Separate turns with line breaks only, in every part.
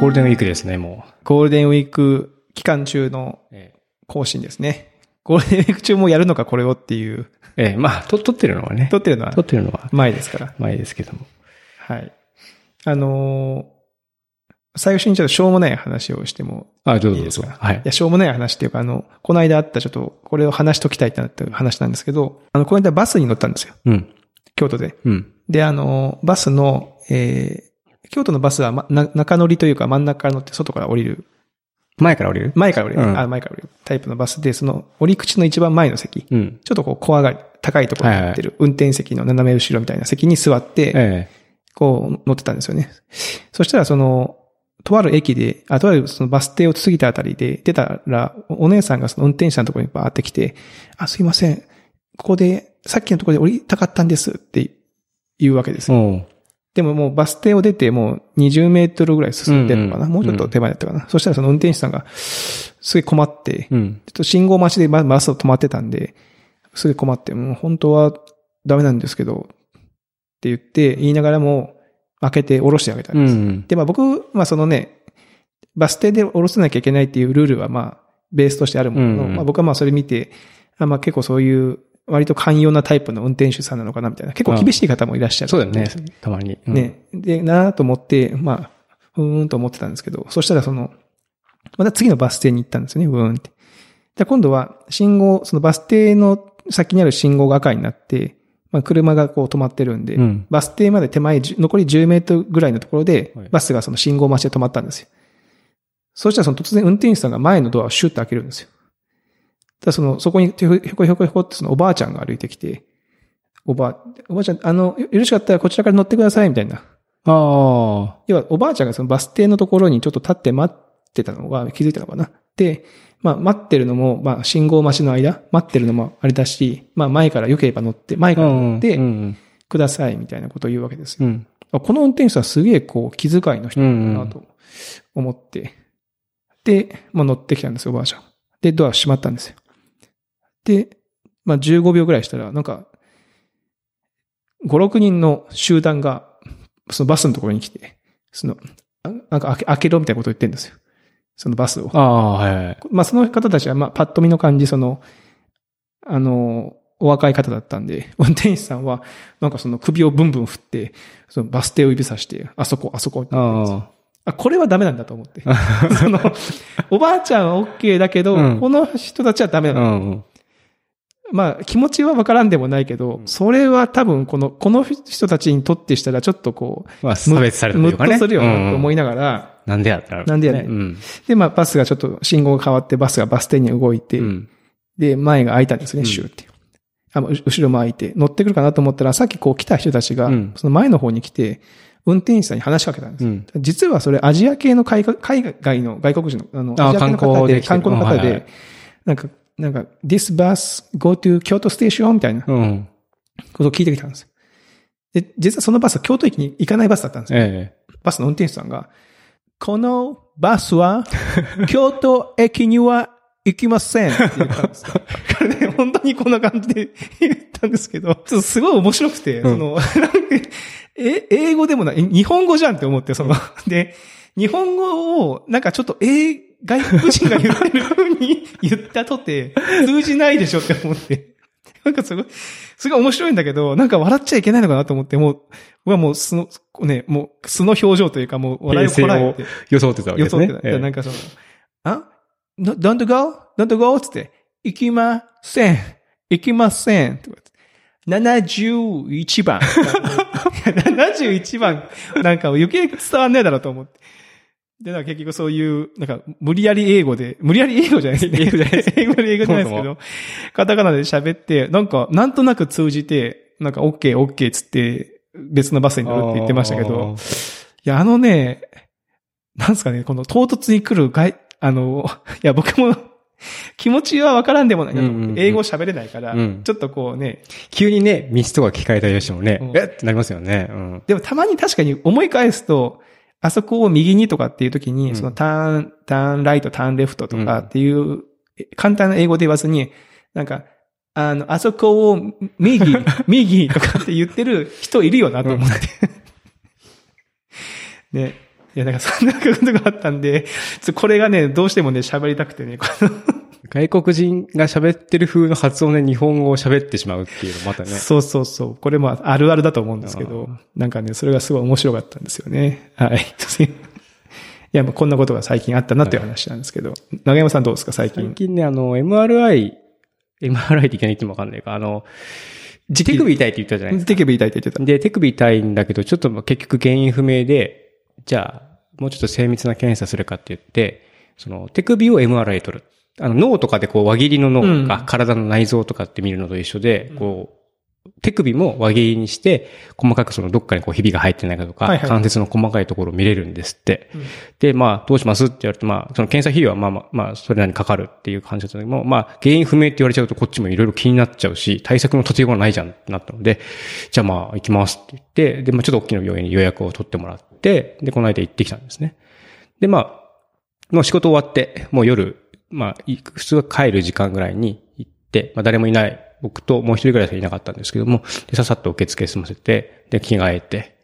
ゴールデンウィークですね、もう。
ゴールデンウィーク期間中の
え
更新ですね。ゴールデンウィーク中もやるのかこれをっていう、
え、ええまあ、と撮ってるのはね。
撮ってるのは
撮ってるのは
前ですから。
前ですけども。
はい。あのー最初にちょっとしょうもない話をしても
あ、どう
い
ぞ
い
どう
です
ぞ。
か
はい
い。や、しょうもない話っていうか、あの、この間あったちょっと、これを話しときたいなっていう話なんですけど、あの、この間バスに乗ったんですよ。
うん。
京都で。
うん。
で、あの、バスの、えー、京都のバスは、ま、な中乗りというか真ん中から乗って外から降りる。
前から降りる
前から降りる。
うん
あ、前から降りる。タイプのバスで、その降り口の一番前の席。
うん。
ちょっとこう、小上がり、高いところになってる、運転席の斜め後ろみたいな席に座って、
え
こう乗ってたんですよね。そしたらその、とある駅で、あ、とあるそのバス停を過ぎたあたりで出たら、おお姉さんがその運転手さんのところにバーって来て、あ、すいません。ここで、さっきのところで降りたかったんですって言うわけです
え。
よ。
おう
でももうバス停を出てもう20メートルぐらい進んでるのか
うん
な、
うん
もうちょっと手前だったかな、そしたらその運転手さんが、すごい困って、
うん。
ちょっと信号待ちでババスを止まってたんで、すごい困って、もう本当はダメなんですけど、って言って、言いながらも、開けて降ろしてあげた
うん
です。
ん。
で、まあ僕、まあそのね、バス停で降ろさなきゃいけないっていうルールはまあ、ベースとしてあるものの、
うんうん
まあ僕はまあそれ見て、あまあ結構そういう、割と寛容なタイプの運転手さんなのかなみたいな、結構厳しい方もいらっしゃる。
そうだよね。たまに。うん。
ね、で、なぁと思って、まあ、うーんと思ってたんですけど、そしたらその、また次のバス停に行ったんですよね、うーんって。で、今度は信号、そのバス停の先にある信号が赤になって、まあ、車がこう止まってるんで、
うん。
バス停まで手前10、残り10メートルぐらいのところで
はい、
バスがその信号待ちで止まったんですよ。そしたらその突然運転手さんが前のドアをシュッと開けるんですよ。ただその、そこにひょこひょこひょこってそのおばあちゃんが歩いてきて、おばあ、おばあちゃん、あの、よよろしかったらこちらから乗ってください、みたいな。
あ
要はおばあちゃんがそのバス停のところにちょっと立って待ってたのが気づいたのかな。で、まあ待ってるのも、まあ信号待ちの間、待ってるのもあれだし、まあ前から良ければ乗って、前
あ。
から乗っ
う
て
ん。
くださいみたいなことを言うわけです
う
よ。
ん。
あこの運転手はすげえこう気遣いの人
う
だ
ん。
なと思って。で、まあ乗ってきたんですよ、おばあちゃん。で、ドア閉まったんですよ。で、まあ15秒ぐらいしたら、なんか、5、6人の集団が、そのバスのところに来て、その、あなんか開け開けろみたいなこと言ってるんですよ。そのバスを。
ああ、はいはい。
まあその方たちは、まあパッと見の感じ、その、あの、お若い方だったんで、 運転手さんは、なんかその首をブンブン振って、そのバス停を指さして、あそこ、あそこって言ってるんですよ
あ
あ、これはダメなんだと思って。
あ。
その、おばあちゃんは OK だけど、
うん
この人たちはダメな
う
の。
ん。
まあ、気持ちはわからんでもないけど、
うん
それは多分、この、この人たちにとってしたら、ちょっとこ
まあ、
う、
差別された
ム
とい
ッ
うか
ム
ね。
ッとするよなと思
い。
いながら、
なんでやったら。
なんでやねん
うん。
で、まあ、バスがちょっと信号が変わって、バスがバス停に動いて、
うん。
で、前が開いたんですね、
うん
シューって。あのう後ろも開いて、乗ってくるかなと思ったら、さっきこう来た人たちが
うん、
その前の方に来て、運転手さんに話しかけたんですよ
うん。
実はそれアジア系の海外海外の外国人の、あの、
あ
アジア系の
観
方
光
で、
で来て
観光の方
うんはいはい
で、なんか、なんか、this bus go to 京都 station みたいなこ
うん。
とを聞いてきたんですよ。で、実はそのバスは京都駅に行かないバスだったんですよ。
え
バスの運転手さんが、このバス は京都駅には行きませんって言ったんですよ。これね、本当にこんな感じで言ったんですけど、ちょっとすごい面白く
う
て、
ん
その、なんか、え、英語でもない、え日本語じゃんって思って、その、で、日本語を、なんかちょっと、えー外国人が言ってる風に言ったとて、通じないでしょって思って。 なんかすごい、すごい面白いんだけど、なんか笑っちゃいけないのかなと思って、もう、僕はもう素の、ね、もう素の表情というか、もう笑いをこらえて
え。え。予想ってたわけ
予
です
想っ
ね。
てた。で
ええ
なんかその、あど ?don't go? don't go? つって、行きません。行きません。とか言って71番。71番。なんか余計伝わんねえだろうと思って。で、なんか結局そういう、なんか、無理やり英語で、無理やり英語じゃないですね。英語じゃないです。英語で英語じゃないですけ
そ
ど、カタカナで喋って、なんか、なんとなく通じて、なんか、OK、OK つって、別のバスに乗るって言ってましたけど、。いや、あのね、なんですかね、この唐突に来る外、あの、いや、僕も 気持ちはわからんでもないなと思って、
うんうんうん
英語喋れないから、
うん
ちょっとこうね、
急にね、道とか聞かれたりしてもね
う、ん
えってなりますよね。うん。
でもたまに確かに思い返すと、あそこを右にとかっていう時に、
うん
そのターン、ターンライト、ターンレフトとかっていう、え簡単な英語で言わずに、なんか、あの、あそこを右、右とかって言ってる人いるよなと思って。ね。いや、なんかそんなことがあったんで、ちょこれがね、どうしてもね、喋りたくてね、この
外国人が喋ってる風の発音で日本語を喋ってしまうっていうのまたね。
そうそうそう。これもあるあるだと思うんですけど、なんかね、それがすごい面白かったんですよね。 はい。いや、まあこんなことが最近あったなという話なんですけど、長山さんどうですか、最近
最。近ね、あの、MRI、MRI っていきなり言ってもわかんないか、あの、手首痛いって言ったじゃないです
手首痛いって言って
か。で、手首痛いんだけど、ちょっとまあ結局原因不明で、じゃあ、もうちょっと精密な検査するかって言って、その、手首を MRI 取る。あの、脳とかでこう、輪切りの脳とか、
うん
体の内臓とかって見るのと一緒で、こう、手首も輪切りにして、細かくそのどっかにこう、ひびが入ってないかとか、
はいはい
関節の細かいところを見れるんですって。
うん
で、まあ、どうしますって言われて、まあ、その検査費用はまあまあ、まあ、それなりにかかるっていう感じだったんだけども、まあ、原因不明って言われちゃうとこっちもいろいろ気になっちゃうし、対策の立てようがないじゃんってなったので、じゃあまあ、行きますって言って、で、まあ、ちょっと大きな病院に予約を取ってもらって、で、この間行ってきたんですね。で、まあ、もう仕事終わって、もう夜、まあ、い普通は帰る時間ぐらいに行って、まあ誰もいない、僕ともう一人ぐらいしかいなかったんですけども、でささっと受付済ませて、で、着替えて、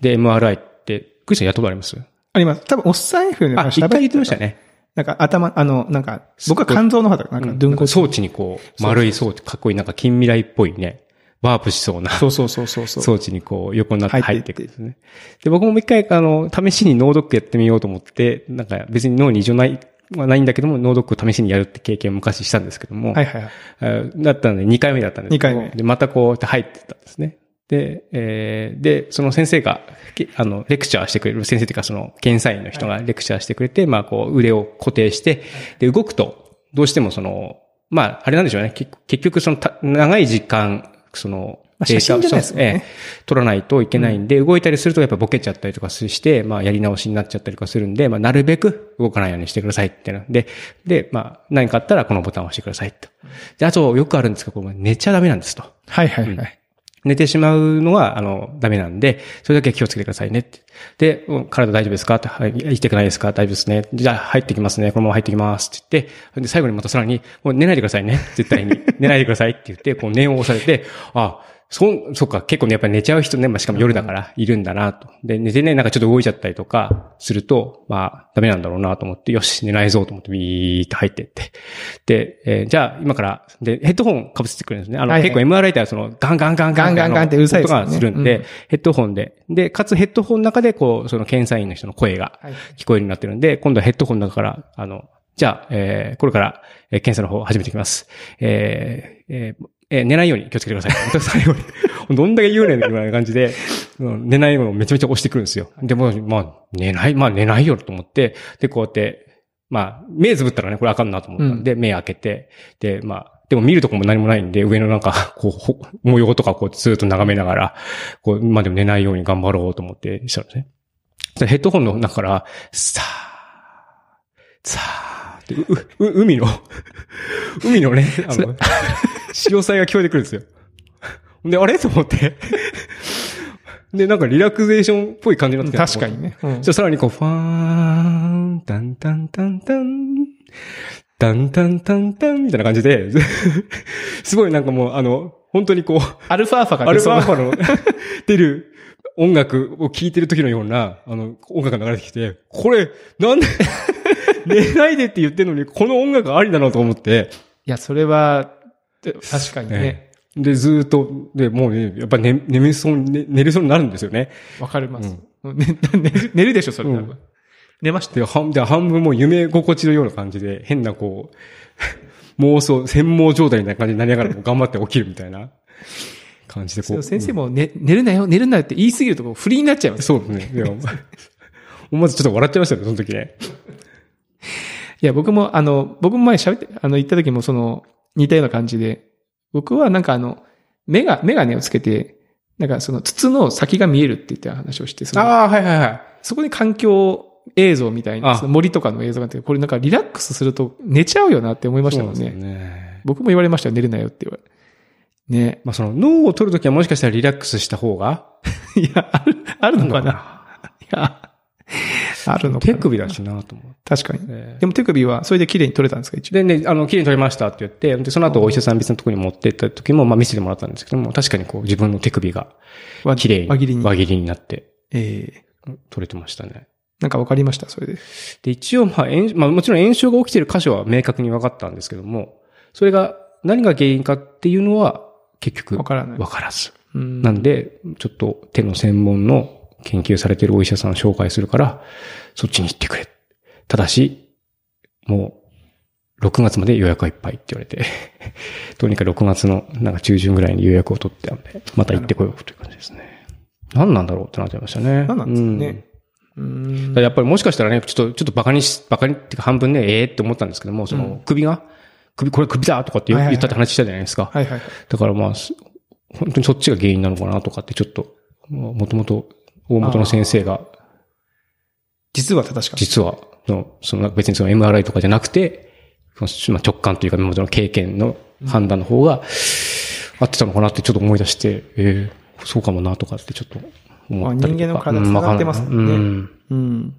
で、MRI って、クリスさんやったことあります
あります。多分、おっさん F の
あ、
話
一回言ってました。ね。
なんか頭、あの、なんか、僕は肝臓の肌、なんか、
なんか装置にこう、丸い装置、かっこいい、なんか近未来っぽいね、ワープしそうな
そうそうそうそうそう。
装置にこう、横になって
入
入
っ
ってて
い
い
って
くんですね。で、僕も一回、あの、試しに脳ドックやってみようと思って、なんか別に脳に異常ない、はないんだけども、脳ドックを試しにやるって経験を昔したんですけども、
はいはいはい。
あだったので、2回目だったんですけど
二回目
で、またこうやって入ってったんですね。で、えーで、その先生が、けあの、レクチャーしてくれる、先生というかその、検査員の人がレクチャーしてくれて、まあ、こう、腕を固定して、で、動くと、どうしてもその、まあ、あれなんでしょうね。結結局、その、た長い時間、その、
まあ
データ
写真じゃないですもんね
そうええ撮らないといけないんで、動いたりするとやっぱボケちゃったりとかして、まあやり直しになっちゃったりとかするんで、まあなるべく動かないようにしてくださいってな。で、で、まあ何かあったらこのボタンを押してくださいと。で、あとよくあるんですけど、これ寝ちゃダメなんですと。
はいはいはい。
寝てしまうのは、あの、ダメなんで、それだけ気をつけてくださいねって。で、うん体大丈夫ですかって、はい、生きてくないですか大丈夫ですね。じゃあ、入ってきますね。このまま入ってきますって言って、で、最後にまたさらに、もう寝ないでくださいね。絶対 に。寝ないでくださいって言って、こう、念を押されて、あ、そん、そっか、結構ね、やっぱり寝ちゃう人ね、まあ、しかも夜だから、いるんだなと。で、寝てね、なんかちょっと動いちゃったりとか、すると、まあ、ダメなんだろうなと思って、よし、寝ないぞと思って、ビーって入ってって。で、えーじゃあ、今から、で、ヘッドホン被せてくれるんですね。あの、
はいはい
結構 MRI ってその、ガンガンガンガン
ガンガンガンってうるさいです
音
よね
がするん
うん
で、ヘッドホンで。で、かつヘッドホンの中で、こう、その検査員の人の声が
はい
聞こえるようになってるんで、今度はヘッドホンの中から、あの、じゃあ、えーこれから、えー検査の方を始めていきます。えーえーえー寝ないように気をつけてください。 本当に最後に。どんだけ言うねんみたいな感じで、うん寝ないようにめちゃめちゃ押してくるんですよ。で、もうまあ、寝ない、まあ寝ないよと思って、で、こうやって、まあ、目つぶったらね、これあかんなと思ったんで、目開けて、で、まあ、でも見るとこも何もないんで、上のなんか、こうほ、模様とかこうずっと眺めながら、こう、まあでも寝ないように頑張ろうと思ってしたんですね。そしたらヘッドホンの中から、さー、さーって、う、う、海の、 海のね、あの、潮騒が聞こえてくるんですよ。で、あれ と思って。で、なんかリラクゼーションっぽい感じになってきた
確かにね。うん
じゃあさらにこう、ファーン、タンタンタンタン、タンタンタンタンみたいな感じで、 すごいなんかもう、あの、本当にこう、
アルファーファ
ア
が出
ルフ
そう
ァー
な
ファ の出る音楽を聴いてる時のような、あの、音楽が流れてきて、これ、なんで、 寝ないでって言ってるのに、この音楽ありだなと思って、
いや、それは、確かにね。
ええで、ずーっと、で、もうね、やっぱ寝、眠そうに、ね寝れそうになるんですよね。
わかります。 ね寝る寝るでしょ、それ多分。
う
寝ました。
で、半で半分もう夢心地のような感じで、変なこう、 妄想、専門状態みたいな感じになりながら、もう頑張って起きるみたいな感じでこう。
先生も、ね、寝るなよ、寝るなよって言いすぎるとこう不利になっちゃいま
うん
す。
そうですね。でも、 思わずちょっと笑っちゃいましたよ、その時ね。
いや、僕も、あの、僕も前喋って、あの、行った時もその、似たような感じで、僕はなんかあの、目が、メガネをつけて、なんかその、筒の先が見えるって言った話をして、その
あ、はいはいはい。
そこに環境映像みたいな、
あ
その森とかの映像があって、これなんかリラックスすると寝ちゃうよなって思いましたもん
そうで
ね。
すよね。
僕も言われましたよ、寝るなよって言われ。 ね。
まあその脳を取るときはもしかしたらリラックスした方が、
いや、ある、あるのかな
ない
や、あるのかな
手首だしなと思っ
確かに。
て。
でも手首は、それで綺麗に取れたんですか、一応。
でね、あの、綺麗に取れましたって言って、で、その後お医者さん別のところに持ってった時も、まあ見せてもらったんですけども、確かにこう自分の手首が
輪
綺麗に、
輪切りに。
輪切りになって
ええ
取れてましたね。
なんかわかりました、それで。
で、一応、まあ、炎まあ、もちろん炎症が起きている箇所は明確に分かったんですけども、それが何が原因かっていうのは、結局、
わ
分
からない。
からず。
うん
なんで、ちょっと手の専門の研究されているお医者さんを紹介するから、そっちに行ってくれ。ただし、もう、6月まで予約がいっぱいって言われて、 どうにか6月のなんか中旬ぐらいに予約を取ってたんで、また行ってこようという感じですね。何なんだろうってなっちゃいましたね。
何なんですか
うん
ね。う
だ
ん
からやっぱりもしかしたらね、ちょっと、ちょっとバカにし、バカにっていうか半分ね、ええって思ったんですけども、その首が、首、これ首だとかって
は
言
いはいはい
言ったって話したじゃないですか。
はいはいはい。
だからまあ、す本当にそっちが原因なのかなとかってちょっと、もともと大元の先生が、
実は正しかった。
実は、その、その別にその MRI とかじゃなくて、そのまあ直感というか、今までの経験の判断の方が、合ってたのかなってちょっと思い出して、ええそうかもなとかってちょっと思ったりとか。
まあ人間の体繋がってますもん
うんわかんな
ね
い
うん。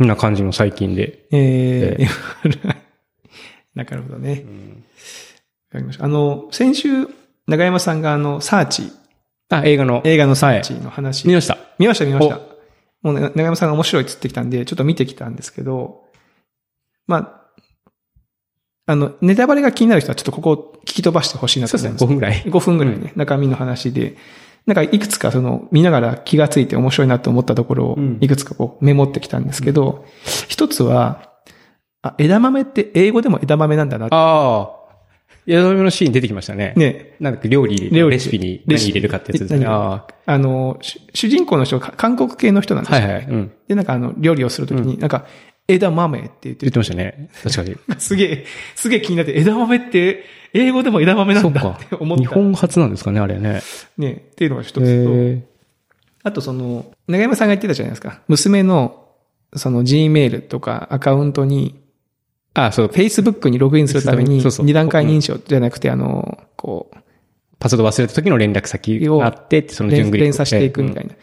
うん。な感じの最近で。
えー、MRI なるほどね。わかりました。あの、先週、長山さんがあの、サーチ、
あ、映画の。
映画のサーチの話、
見ました。
見ました見ました。もうね、長山さんが面白いっつってきたんで、ちょっと見てきたんですけど、まあ、あの、ネタバレが気になる人はちょっとここを聞き飛ばしてほしいなと
そう
思
で
い
す
ま
ね、5。分
す
ぐらい。
5分ぐらいね、中身の話で、なんかいくつかその、見ながら気がついて面白いなと思ったところを
うん、
いくつかこうメモってきたんですけど、一つは、あ、枝豆って英語でも枝豆なんだなって。
ああ。枝豆のシーン出てきましたね。
ね、
なんか料理、
料理
レシピに何入れるかってやつですね。
レシピ
あ
あの、し主人公の人が韓国系の人なん
あ。
です
は
よ、
い
ね
はい。うん。
で、なんかあの、料理をするときに、なんか、枝豆って言って
言っ
る。
てましたね。確かに。
すげえ、すげえ気になって、枝豆って、英語でも枝豆な
そ
ん
う
だ
か
って思。っ
日
た。
本初なんですかね、あれね。
ね、っていうのが一
え
つと、
ー
あとその、長山さんが言ってたじゃないですか。娘の、その Gmail とかアカウントに、
ああ、そう。
Facebook にログインするために、
そうそう
二段階認証じゃなくて、あの、こ
パスワード忘れた時の連絡先があって、そ
うん、
の順
連
繰り
連鎖していくみた
い
いな。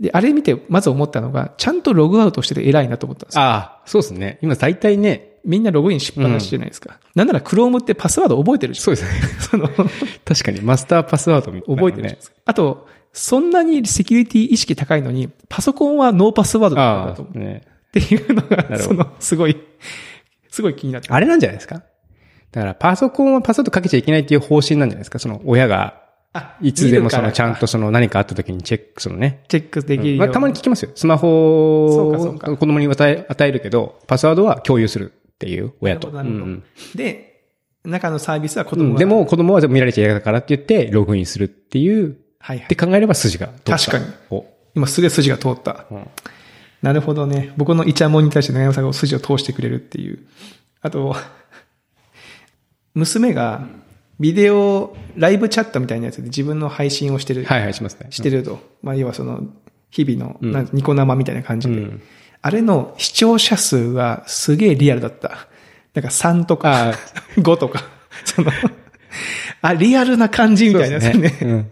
で、あれ見て、まず思ったのが、ちゃんとログアウトしてて偉いなと思ったんですよ。
ああ、そうですね。今大体ね、
みんなログインしっぱなしじゃないですか。なんなら Chrome ってパスワード覚えてるじゃん。
そうですね。
その、 覚
確かにマスターパスワードみたいなの
えてるじゃない
ね
で。すか。あと、そんなにセキュリティ意識高いのに、パソコンはノーパスワードだった
あ
んだと思う
あ、ね。
っていうの
な
が、
る
そ
ほど
の、すごい、すごい気になって。
あれなんじゃないですかだからパソコンはパスワードかけちゃいけないっていう方針なんじゃないですかその親が
あ
いつでもそのちゃ
ん
んとその何かあった時にチェック、そのね。
チェックできるように、
まあ、たまに聞きますよ。スマホ
そうかそう
を
か
子供に与え与えるけど、パスワードは共有するっていう親と。
なるほどなるほど
うん
で、中のサービスは子
う
供
ん
が
で、も子供は見られちゃいけないからって言ってログインするっていう、
はいは
っ
い
て。考えれば筋が通った。
確かに
お
今すげえ筋が通った。
うん
なるほどね。僕のイチャモンに対して長山さんが筋を通してくれるっていう。あと、娘がビデオ、ライブチャットみたいなやつで自分の配信をしてる、
はいはい、しますね。
してると。まあ、要はその、日々の、
ん
なんニコ生みたいな感じ
う
で。
ん。
あれの視聴者数がすげえリアルだった。なんか3とか
あ、
5とか、その、あ、リアルな感じみたいな
そ
や
う
つ
で
ね。
すねうん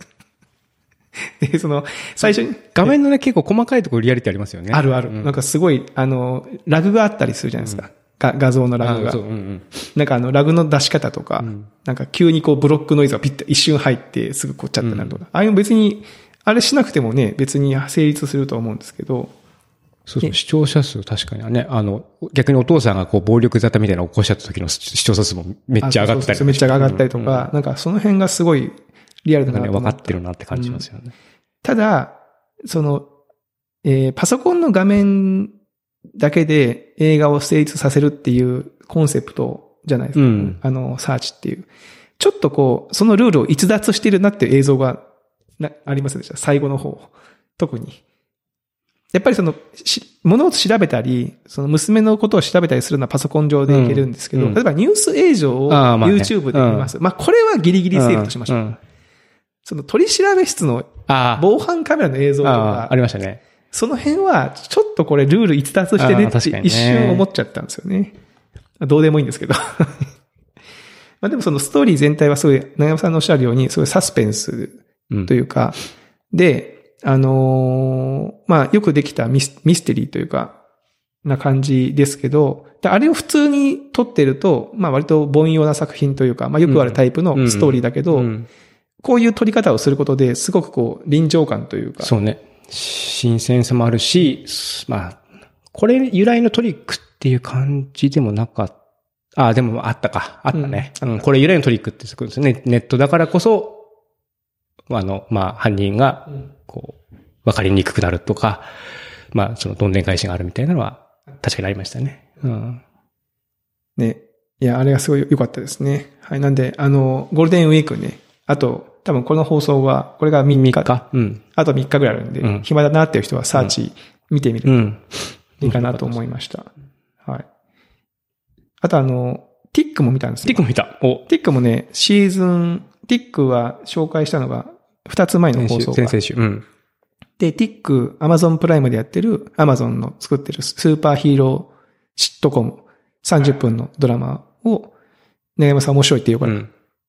で、その、最初に、
画面のね、結構細かいところリアリティありますよね。
あるある、
うん
なんかすごい、あの、ラグがあったりするじゃないですか。が画像のラグ
あ
が
そう。うんうん
なんかあの、ラグの出し方とか、なんか急にこうブロックノイズがピッて一瞬入ってすぐこっちゃってなるとか。ああいうの別に、あれしなくてもね、別に成立すると思うんですけど、
そうそう、視聴者数確かにね、あの、逆にお父さんがこう暴力沙汰みたいなのを起こしちゃった時の視聴者数もめっちゃ上がった
あそうそうそ
り
うめっちゃ上がったりとか、なんかその辺がすごいリアル
な
だ
んかね、
なと思
分
った
かってるなって感じますよね。
ただ、その、えーパソコンの画面だけで映画を成立させるっていうコンセプトじゃないですか。
うん
あの、サーチっていう。ちょっとこう、そのルールを逸脱してるなっていう映像がなありませんでした。最後の方。特に。やっぱりその、し物を調べたり、その娘のことを調べたりするのはパソコン上でいけるんですけど、
うんうん
例えばニュース映像を
あーまあね
YouTube で見ます。まあ、これはギリギリセーフとしましょう。
んん
その取り調べ室の
あ
防犯カメラの映像
あ、
と
ああ、
か
あ、りましたね。
その辺は、ちょっとこれルール逸脱してね
あー確
っ
か
て
にね
一瞬思っちゃったんですよね。どうでもいいんですけど。 まあでもそのストーリー全体はすごい、長山さんのおっしゃるように、すごいサスペンス
うん
というか、で、あのーまあよくできたミスミステリーというか、な感じですけど、であれを普通に撮ってると、まあ割と凡庸な作品というか、まあよくあるタイプのストーリーだけど、
うん
こういう撮り方をすることですごくこう臨場感というか、
そうね。新鮮さもあるし、まあ、これ由来のトリックっていう感じでもなかった。あ、でもあったか。あったね。うん、これ由来のトリックってつくんですよね。ネットだからこそ、あの、まあ、犯人が、こう、わかりにくくなるとか、まあ、そのどんでん返しがあるみたいなのは、確かにありましたね。うん。
ね。いや、あれがすごい良かったですね。はい。なんで、あの、ゴールデンウィークね。あと、多分この放送は、これが3日。
か。うん。
あと3日ぐらいあるんで、
うん
暇だなっていう人はサーチ見てみる
う
と
ん。
いいかなと思いました。はい。あとあの、ティックも見たんです
ティ
ね
ッ。クも見た。お、
ティックもね、シーズン、ティックは紹介したのが2つ前の
先
放
週、
送
先
が。
々週。うん。
で、ティック、アマゾンプライムでやってる、アマゾンの作ってるスーパーヒーローシットコム、30分のドラマを、ね山さん面白いって言う
う
から、
ん。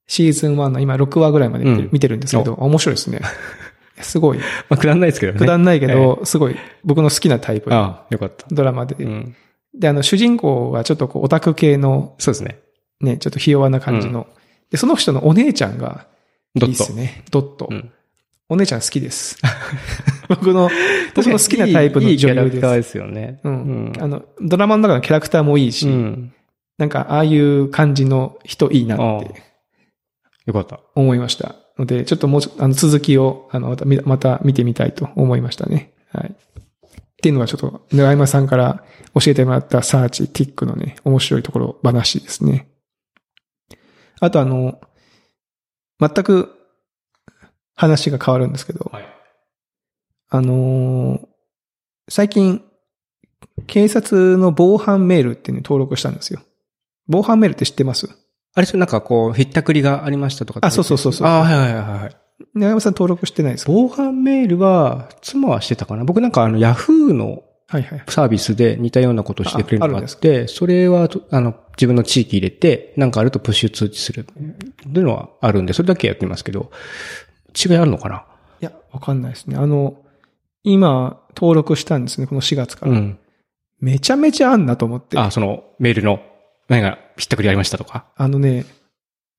シーズン1の今6話ぐらいまで見てる
うん
見てるんですけど、面白 いですね。いやすごい。
まあ、くだんないですけどね。
くだんないけど、すごい僕の好きなタイプの
ああ、よかった。
ドラマで。
うん。
で、あの、主人公はちょっとこう、オタク系の、
そうですね。
ね、ちょっとひ弱な感じの。で、その人のお姉ちゃんが、い
ド
い
ッ
っ
ト。
すね。ドット。
うん
お姉ちゃん好きです。僕 の、僕の好きなタイプの
いいキ
女
ャラ
優
ク
です。
ターですよね。
う
うんん。
あの、ドラマの中のキャラクターもいいし、
うん。
なんか、ああいう感じの人いいなって
よかった。
思いました。ので、ちょっともうちょ、あの、続きを、あの、また見、また見てみたいと思いましたね。はい。っていうのがちょっと、長山さんから教えてもらったサーチ、ティックのね、面白いところ話ですね。あとあの、全く話が変わるんですけど、
はい。
あのー最近、警察の防犯メールっていうのに登録したんですよ。防犯メールって知ってます
あれ、それなんかこう、ひったくりがありましたとかって
あそうそうそうそう
ああ、はいはいはいはい。
長山さん登録してないですか
防犯メールは、妻はしてたかな僕なんかあの、ヤフーの
はいはい。
サービスで似たようなことをしてくれるの
ああ
が
るん
あ
で
っ
す
て、それはと、あの、自分の地域入れて、なんかあるとプッシュ通知する。というのはあるんで、それだけやってますけど、違いあるのかない
や、わかんないですね。あの、今、登録したんですね、この4月から。
うん。
めちゃめちゃあんなと思って。あ
あ、その、メールの、何が、ひったくりありましたとか。
のね、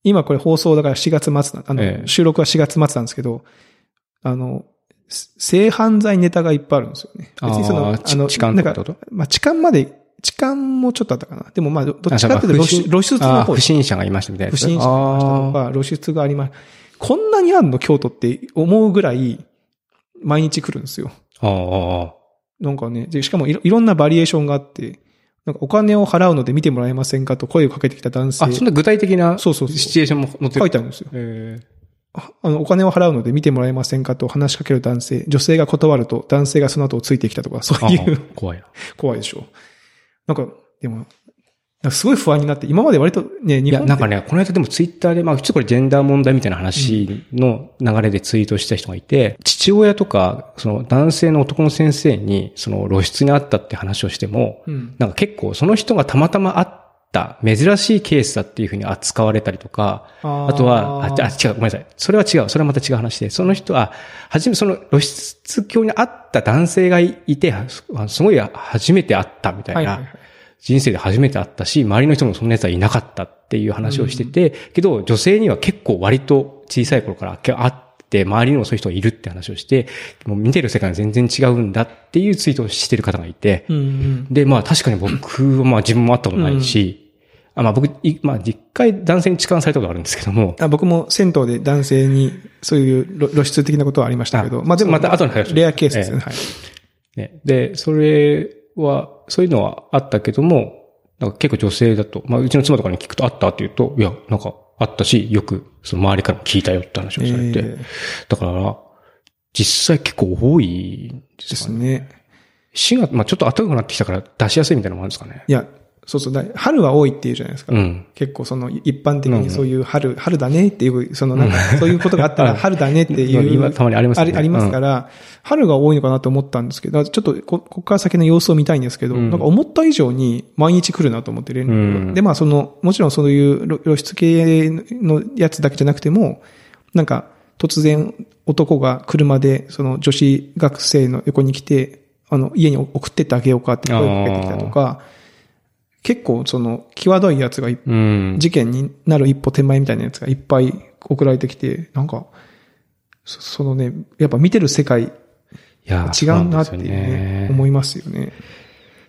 今これ放送だから4月末な、あの、
ええ
収録は4月末なんですけど、あの、す性犯罪ネタがいっぱいあるんですよね。別にその、
あーち痴漢
な
と
ん
かっ
か
てこと
まあ、痴漢まで、痴漢もちょっとあったかな。でもまあ、どどっちかっていうと
あ
露
そうか
出露出の
あ
方
不審者がいましたみたいなや
不
つ。
審者がいましたとか、露出があります。こんなにあんの京都って思うぐらい、毎日来るんですよ。
あーあー。
なんかね、で、しかもいろいろんなバリエーションがあって、なんかお金を払うので見てもらえませんかと声をかけてきた男性
あ、。そんな具体的な
そうそうそう
シチュエーションも載って
書い
る。
てあるんですよ。
え
ああの、お金を払うので見てもらえませんかと話しかける男性。女性が断ると男性がその後をついてきたとか、そうい
ー
う、
あ怖いな。
怖いでしょ。なんか、でも、なんかすごい不安になって、今まで割とね、
い
日
や、
本
なんか
ね、
ね、この間でもツイッターで、まあ、ちょっとこれジェンダー問題みたいな話の流れでツイートした人がいて、父親とか、その男性の男の先生に、その露出にあったって話をしても、
うん。
なんか結構その人がたまたまあった珍しいケースだっていうふうに扱われたりとか、
あー
あとは、あ、あ違う、ごめんなさい。それは違う。それはまた違う話で。その人は、はじめ、その露出狂にあった男性がいいて、すすごい初めて会ったみたいな、
はいはいはい
人生で初めて会ったし、周りの人もそんな奴はいなかったっていう話をしてて、けど女性には結構割と小さい頃から会って、周りにもそういう人がいるって話をして、もう見てる世界が全然違うんだっていうツイートをしてる方がいて、
うんうん。
で、まあ確かに僕はまあ自分も会ったことないし、あまあ僕、いまあ一回男性に痴漢されたことあるんですけども、
あ僕も銭湯で男性にそういう露露出的なことはありましたけど、
あ
まあでも、
また後に話します
レアケースですよね。はい。
ね、で、それは、そういうのはあったけども、なんか結構女性だと、まあうちの妻とかに聞くとあったって言うと、いや、なんかあったし、よくその周りからも聞いたよって話をされて、
えー
だから、実際結構多いんで
ですす
かね。
ね。
4月、まあちょっと暖かくなってきたから出しやすいみたいなのもあるんですかね。
いや、そうそうだ、春は多いって言うじゃないですか。
うん。
結構その一般的にそういう春、春だねっていう、そのなんかそういうことがあった
う
ら
ん
春だねっていう。
今たまにありますよね
ありますから、春が多いのかなと思ったんですけど、ちょっとこここから先の様子を見たいんですけど、
うん
なんか思った以上に毎日来るなと思って連絡が、
うん
で、まあその、もちろんそういう露露出系のやつだけじゃなくても、なんか突然男が車でその女子学生の横に来て、あの、家に送ってってあげようかって声をかけてきたとか、結構その、際どいやつがいっ
うん。
事件になる一歩手前みたいなやつがいっぱい送られてきて、なんか、そそのね、やっぱ見てる世界
いや
違うなっていうね、思
い
いますよね。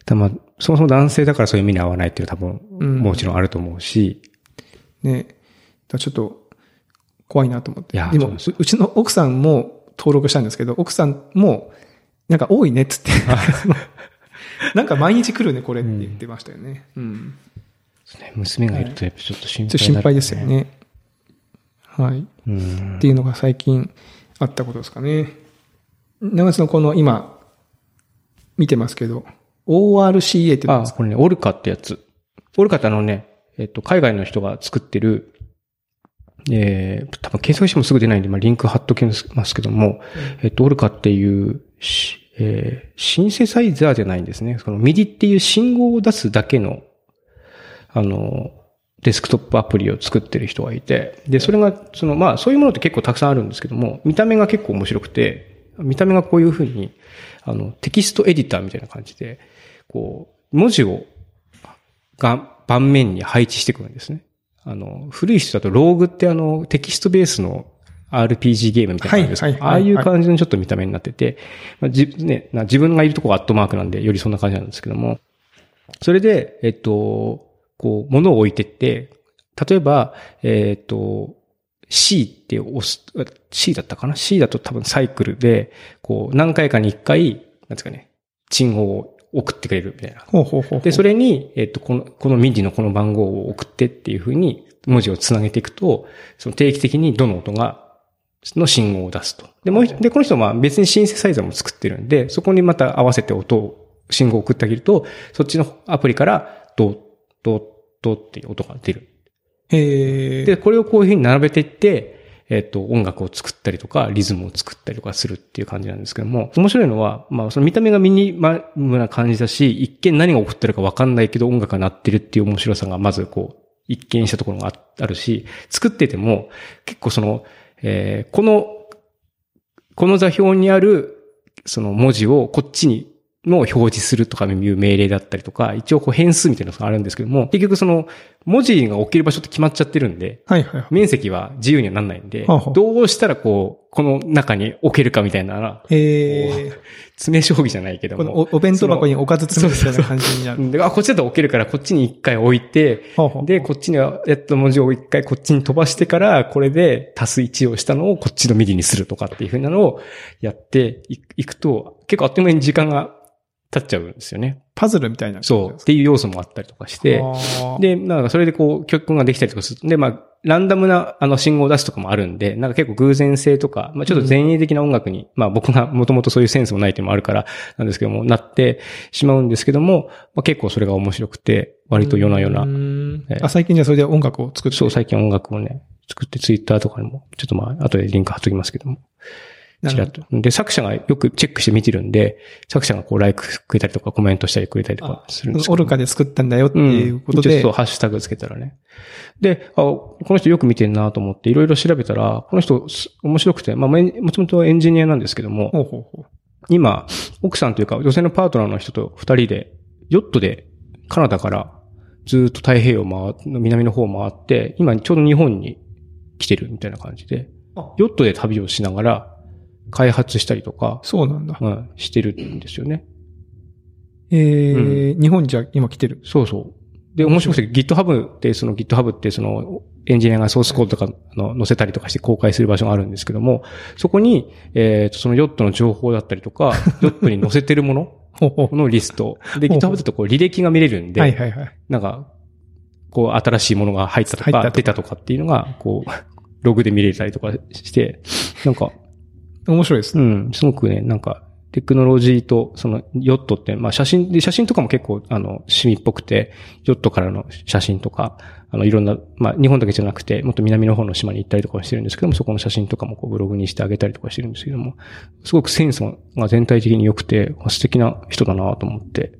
だまあ、そもそも男性だからそういう目に合わないっていうのは多
う
分、
ん
もちろんあると思うし、
ね。だからちょっと、怖いなと思って。
いや
で
そう
も
で、
ううちの奥さんも登録したんですけど、奥さんも、なんか多いねっつって、 なんか毎日来るね、これって言ってましたよね。うん。
娘がいるとやっぱちょっと心
ちょっと
配、
心配ですよ。ね。はい。
うん
って。いうのが最近あったことですかね。長津のこの今、見てますけど、ORCA って言うん
あ
です、か
これね、オルカってやつ。オルカってあのね、えっと、海外の人が作ってる、えー、多分検索してもすぐ出ないんで、まあ、リンク貼っときますけども、えっと、オルカっていう、しえーシンセサイザーじゃないんですね。その、ミディっていう信号を出すだけの、あの、デスクトップアプリを作ってる人がいて、で、それが、その、まあ、そういうものって結構たくさんあるんですけども、見た目が結構面白くて、見た目がこういうふうに、あの、テキストエディターみたいな感じで、こう、文字を、が、盤面に配置してくるんですね。あの、古い人だと、ローグってあの、テキストベースの RPG ゲームみたいなのあるんですけど
はいはい
ああいう
はい
感じのちょっと見た目になってて、まあじね、な自分がいるとこがアットマークなんで、よりそんな感じなんですけども、それで、えっと、こう、物を置いてって、例えば、えっと、C って押す、C だったかな ?C だと多分サイクルで、こう、何回かに1回、なんですかね、信号を送ってくれるみたいな。
ほうほうほうほう。
で、それに、えっと、この、このミディのこの番号を送ってっていうふうに、文字をつなげていくと、その定期的にどの音が、の信号を出すと。で、もう一、で、この人はまあ別にシンセサイザーも作ってるんで、そこにまた合わせて音を、信号を送ってあげると、そっちのアプリから、ドッ、ドッ、ドッっていう音が出る。
へー
で、これをこういうふうに並べていって、えっ、と、音楽を作ったりとか、リズムを作ったりとかするっていう感じなんですけども、面白いのは、まあ、その見た目がミニマムな感じだし、一見何が起こってるかわかんないけど音楽が鳴ってるっていう面白さが、まずこう、一見したところがああるし、作ってても、結構その、えーこの、この座標にある、その文字をこっちに、の表示するとかいう命令だったりとか、一応こう変数みたいなのがあるんですけども、結局その、文字が置ける場所って決まっちゃってるんで、
はいはいはい。
面積は自由にはなんないんで
はあはあ、
どうしたらこう、この中に置けるかみたいな、
え
詰め将棋じゃないけど
この
も。
おお弁当箱におかず詰めるみたいな感じになる。
であ、こっちだと置けるから、こっちに一回置いて、
ほうほう
で、こっちには、えっと、文字を一回こっちに飛ばしてから、これで足す1をしたのをこっちの右にするとかっていうふうなのをやっていいくと、結構あっという間に時間が経っちゃうんですよね。
パズルみたいな感じなん
そう。
で
っ
す
ていう要素もあったりとかして、
か、で、
で、なんかそれでこう、曲ができたりとかすると。で、まあ、ランダムな、あの、信号を出すとかもあるんで、なんか結構偶然性とか、まあ、ちょっと前衛的な音楽に、まあ、僕が もともとそういうセンスもないっていうのもあるから、なんですけども、なってしまうんですけども、まあ、結構それが面白くて、割と夜な夜な、ええ
あ、最近じゃあそれで音楽を作って
そう、最近音楽をね、作ってツイッターとかにも、ちょっとまあ、後でリンク貼っときますけども、
な
ちらっ
る
と。で、作者がよくチェックして見てるんで、作者がこう、ライクくれたりとか、コメントしたりくれたりとかするん
ほ
ですけ
ど。
ど
オルカで作ったんだよって
うん
いうこと
一応
で。
そう、ハッシュタグつけたらね。で、あ、この人よく見てんなと思って、いろいろ調べたら、この人す面白くて、まあ、めもともとエンジニアなんですけども、
ほうほうほう。
今、奥さんというか、女性のパートナーの人と二人で、ヨットで、カナダから、ずっと太平洋を回っ、南の方を回って、今ちょうど日本に来てるみたいな感じで
あ、
ヨットで旅をしながら、開発したりとか、
そうなんだ。
うん、してるんですよね。
えー日本じゃ今来てる。
そうそう。で、面白くて GitHub って、その GitHub ってそのエンジニアがソースコードとかあの載せたりとかして公開する場所があるんですけども、そこに、えっ、と、そのヨットの情報だったりと か、ヨットに載せてるもの
ほうほう
のリスト。で、
ほうほう
GitHub だとこう履歴が見れるんで、
はいはいはい。
なんか、こう新しいものが入ったと
入った
か、
とか
出たとかっていうのが、こう、ログで見れたりとかして、なんか、
面白いです
う
ね。
ん、すごくね、なんか、テクノロジーと、その、ヨットって、まあ、写真で、写真とかも結構、あの、趣味っぽくて、ヨットからの写真とか、あの、いろんな、まあ、日本だけじゃなくて、もっと南の方の島に行ったりとかもしてるんですけども、そこの写真とかもこう、ブログにしてあげたりとかしてるんですけども、すごくセンスが全体的に良くて、あ素敵な人だなと思って、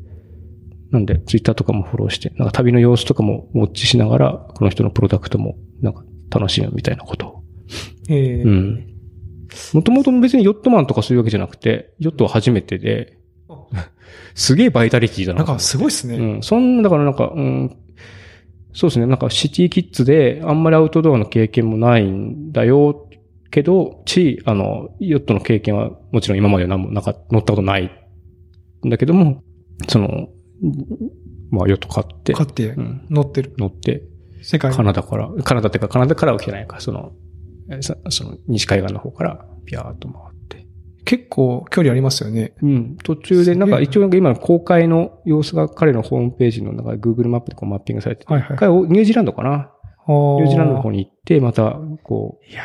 なんで、ツイッターとかもフォローして、なんか旅の様子とかもウォッチしながら、この人のプロダクトも、なんか、楽しむみたいなことを
えー
うん。もともと別にヨットマンとかそういうわけじゃなくて、ヨットは初めてで
あ、
すげえバイタリティだ
な
な。
んかすごいです
う
ね。
ん。そんな、だからなんか、うん、そうですね、なんかシティキッズであんまりアウトドアの経験もないんだよ、けど、ち、あの、ヨットの経験はもちろん今までは何もなんか乗ったことないんだけども、その、まあ、ヨット買って、
買って
うん、
乗ってる。
乗って、
世界
カナダから、カナダっていうか、カナダからは来てないか、その、えさその、西海岸の方から、ビャーっと回って。
結構距離ありますよね。
うん。途中で、なん
す
か
げえ
一応なんか今の公開の様子が彼のホームページの中で Google マップでこうマッピングされてて、
はいはい
一回おニュージーランドかなニュ
ニ
ージーランドの方に行って、また、こ
いや
う、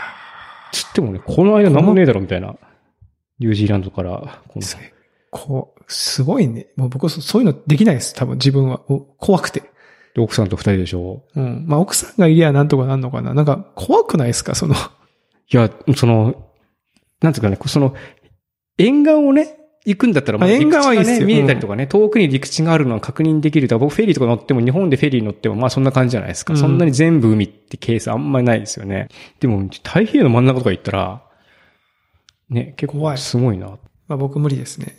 つってもね、この間何もねえだろみたいな。ニュージーランドから、こ
ー
の
すこう、すごいね。もう僕そそういうのできないです。多分自分は。お怖くて。
で奥さんと二人でしょ。
うん。まあ奥さんがいりゃなんとかなんのかな。なんか怖くないですかその。
いや、その、なんていうかね、その、沿岸をね、行くんだったら、
あ沿岸はいいっ
です
よ
見えたりとかね、遠くに陸地があるのは確認できるとか、僕フェリーとか乗っても、日本でフェリー乗っても、まあそんな感じじゃないですか。
うん
そんなに全部海ってケースあんまりないですよね。でも、太平洋の真ん中とか行ったら、ね、結
怖
構
い
すごいな。
まあ僕無理ですね。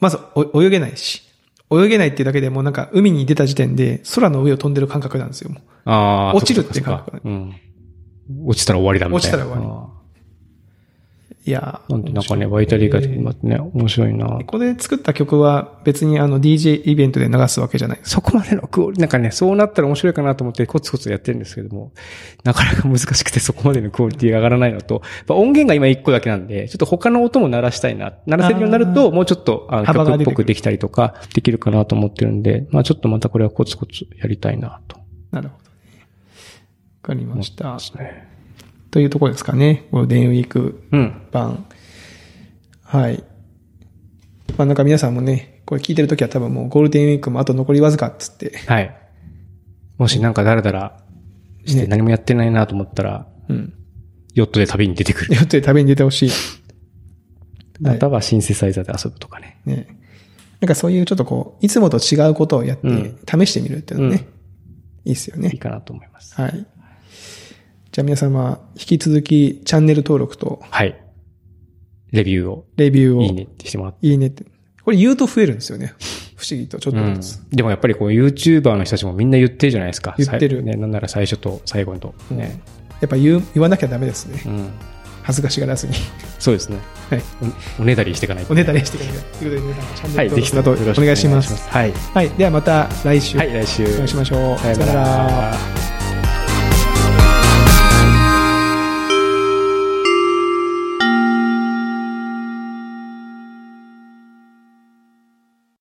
まずお泳げないし。泳げないってだけでもうなんか海に出た時点で空の上を飛んでる感覚なんですよ。もう
ああ、
落ちるって
そかそか
感覚
うん。落ちたら終わりだみたいな。
落ちたら終
わ
いやー
なんで、なんかね、バイタリーが今ね、面白いな
こ。こで作った曲は別にあの DJ イベントで流すわけじゃないです。
そこまでのクオリ、なんかね、そうなったら面白いかなと思ってコツコツやってるんですけども、なかなか難しくて そこまでのクオリティが上がらないのと、やっぱ音源が今一個だけなんで、ちょっと他の音も鳴らしたいな、鳴らせるようになる
あ
と、もうちょっとあの
幅が
曲っ
出
て
くる
ぽくできたりとか、できるかなと思ってるんで、まあちょっとまたこれはコツコツやりたいなと
なるほどね。わかりま
思っ
してた
ま。すね。
というところですかね。ゴールデンウィーク
うん。
版。はい。まあなんか皆さんもね、これ聞いてるときは多分もうゴールデンウィークもあと残りわずかっつって。
はい。もしなんかだらだらして
ね。
何もやってないなと思ったら、
うん。
ヨットで旅に出てくる。
よって旅に出てほしい。は
ま
い
たはシンセサイザーで遊ぶとかね。
ね。なんかそういうちょっとこう、いつもと違うことをやって
うん、
試してみるっていうのね、いいっすよ
いい
ね。
かなと思います。
はい。じゃあ皆様、引き続きチャンネル登録と
はい。レビューを、
レビューを、
いいねってしてもらって。
いいねって。これ言うと増えるんですよね。不思議とちょっ
う
と
ん
ずつ。。
でもやっぱりこう YouTuber の人たちもみんな言ってるじゃないですか。
言ってる
さいね、なんなら最初と最後と。ね。
やっぱ言う言わなきゃダメですね。
うん。
恥ずかしがらずに。
そうですね。
はい。
おおねだりしていかないと。
おねだりしてください。ということで皆さん、チャン
は
ネ
い、ぜひ
ル登録
と
な
も
ど
よろしく
お願いします。
はい。
はい。ではまた来週
はい、来週。
お会いしましょう。
さよ
さ
な
よなら
ら。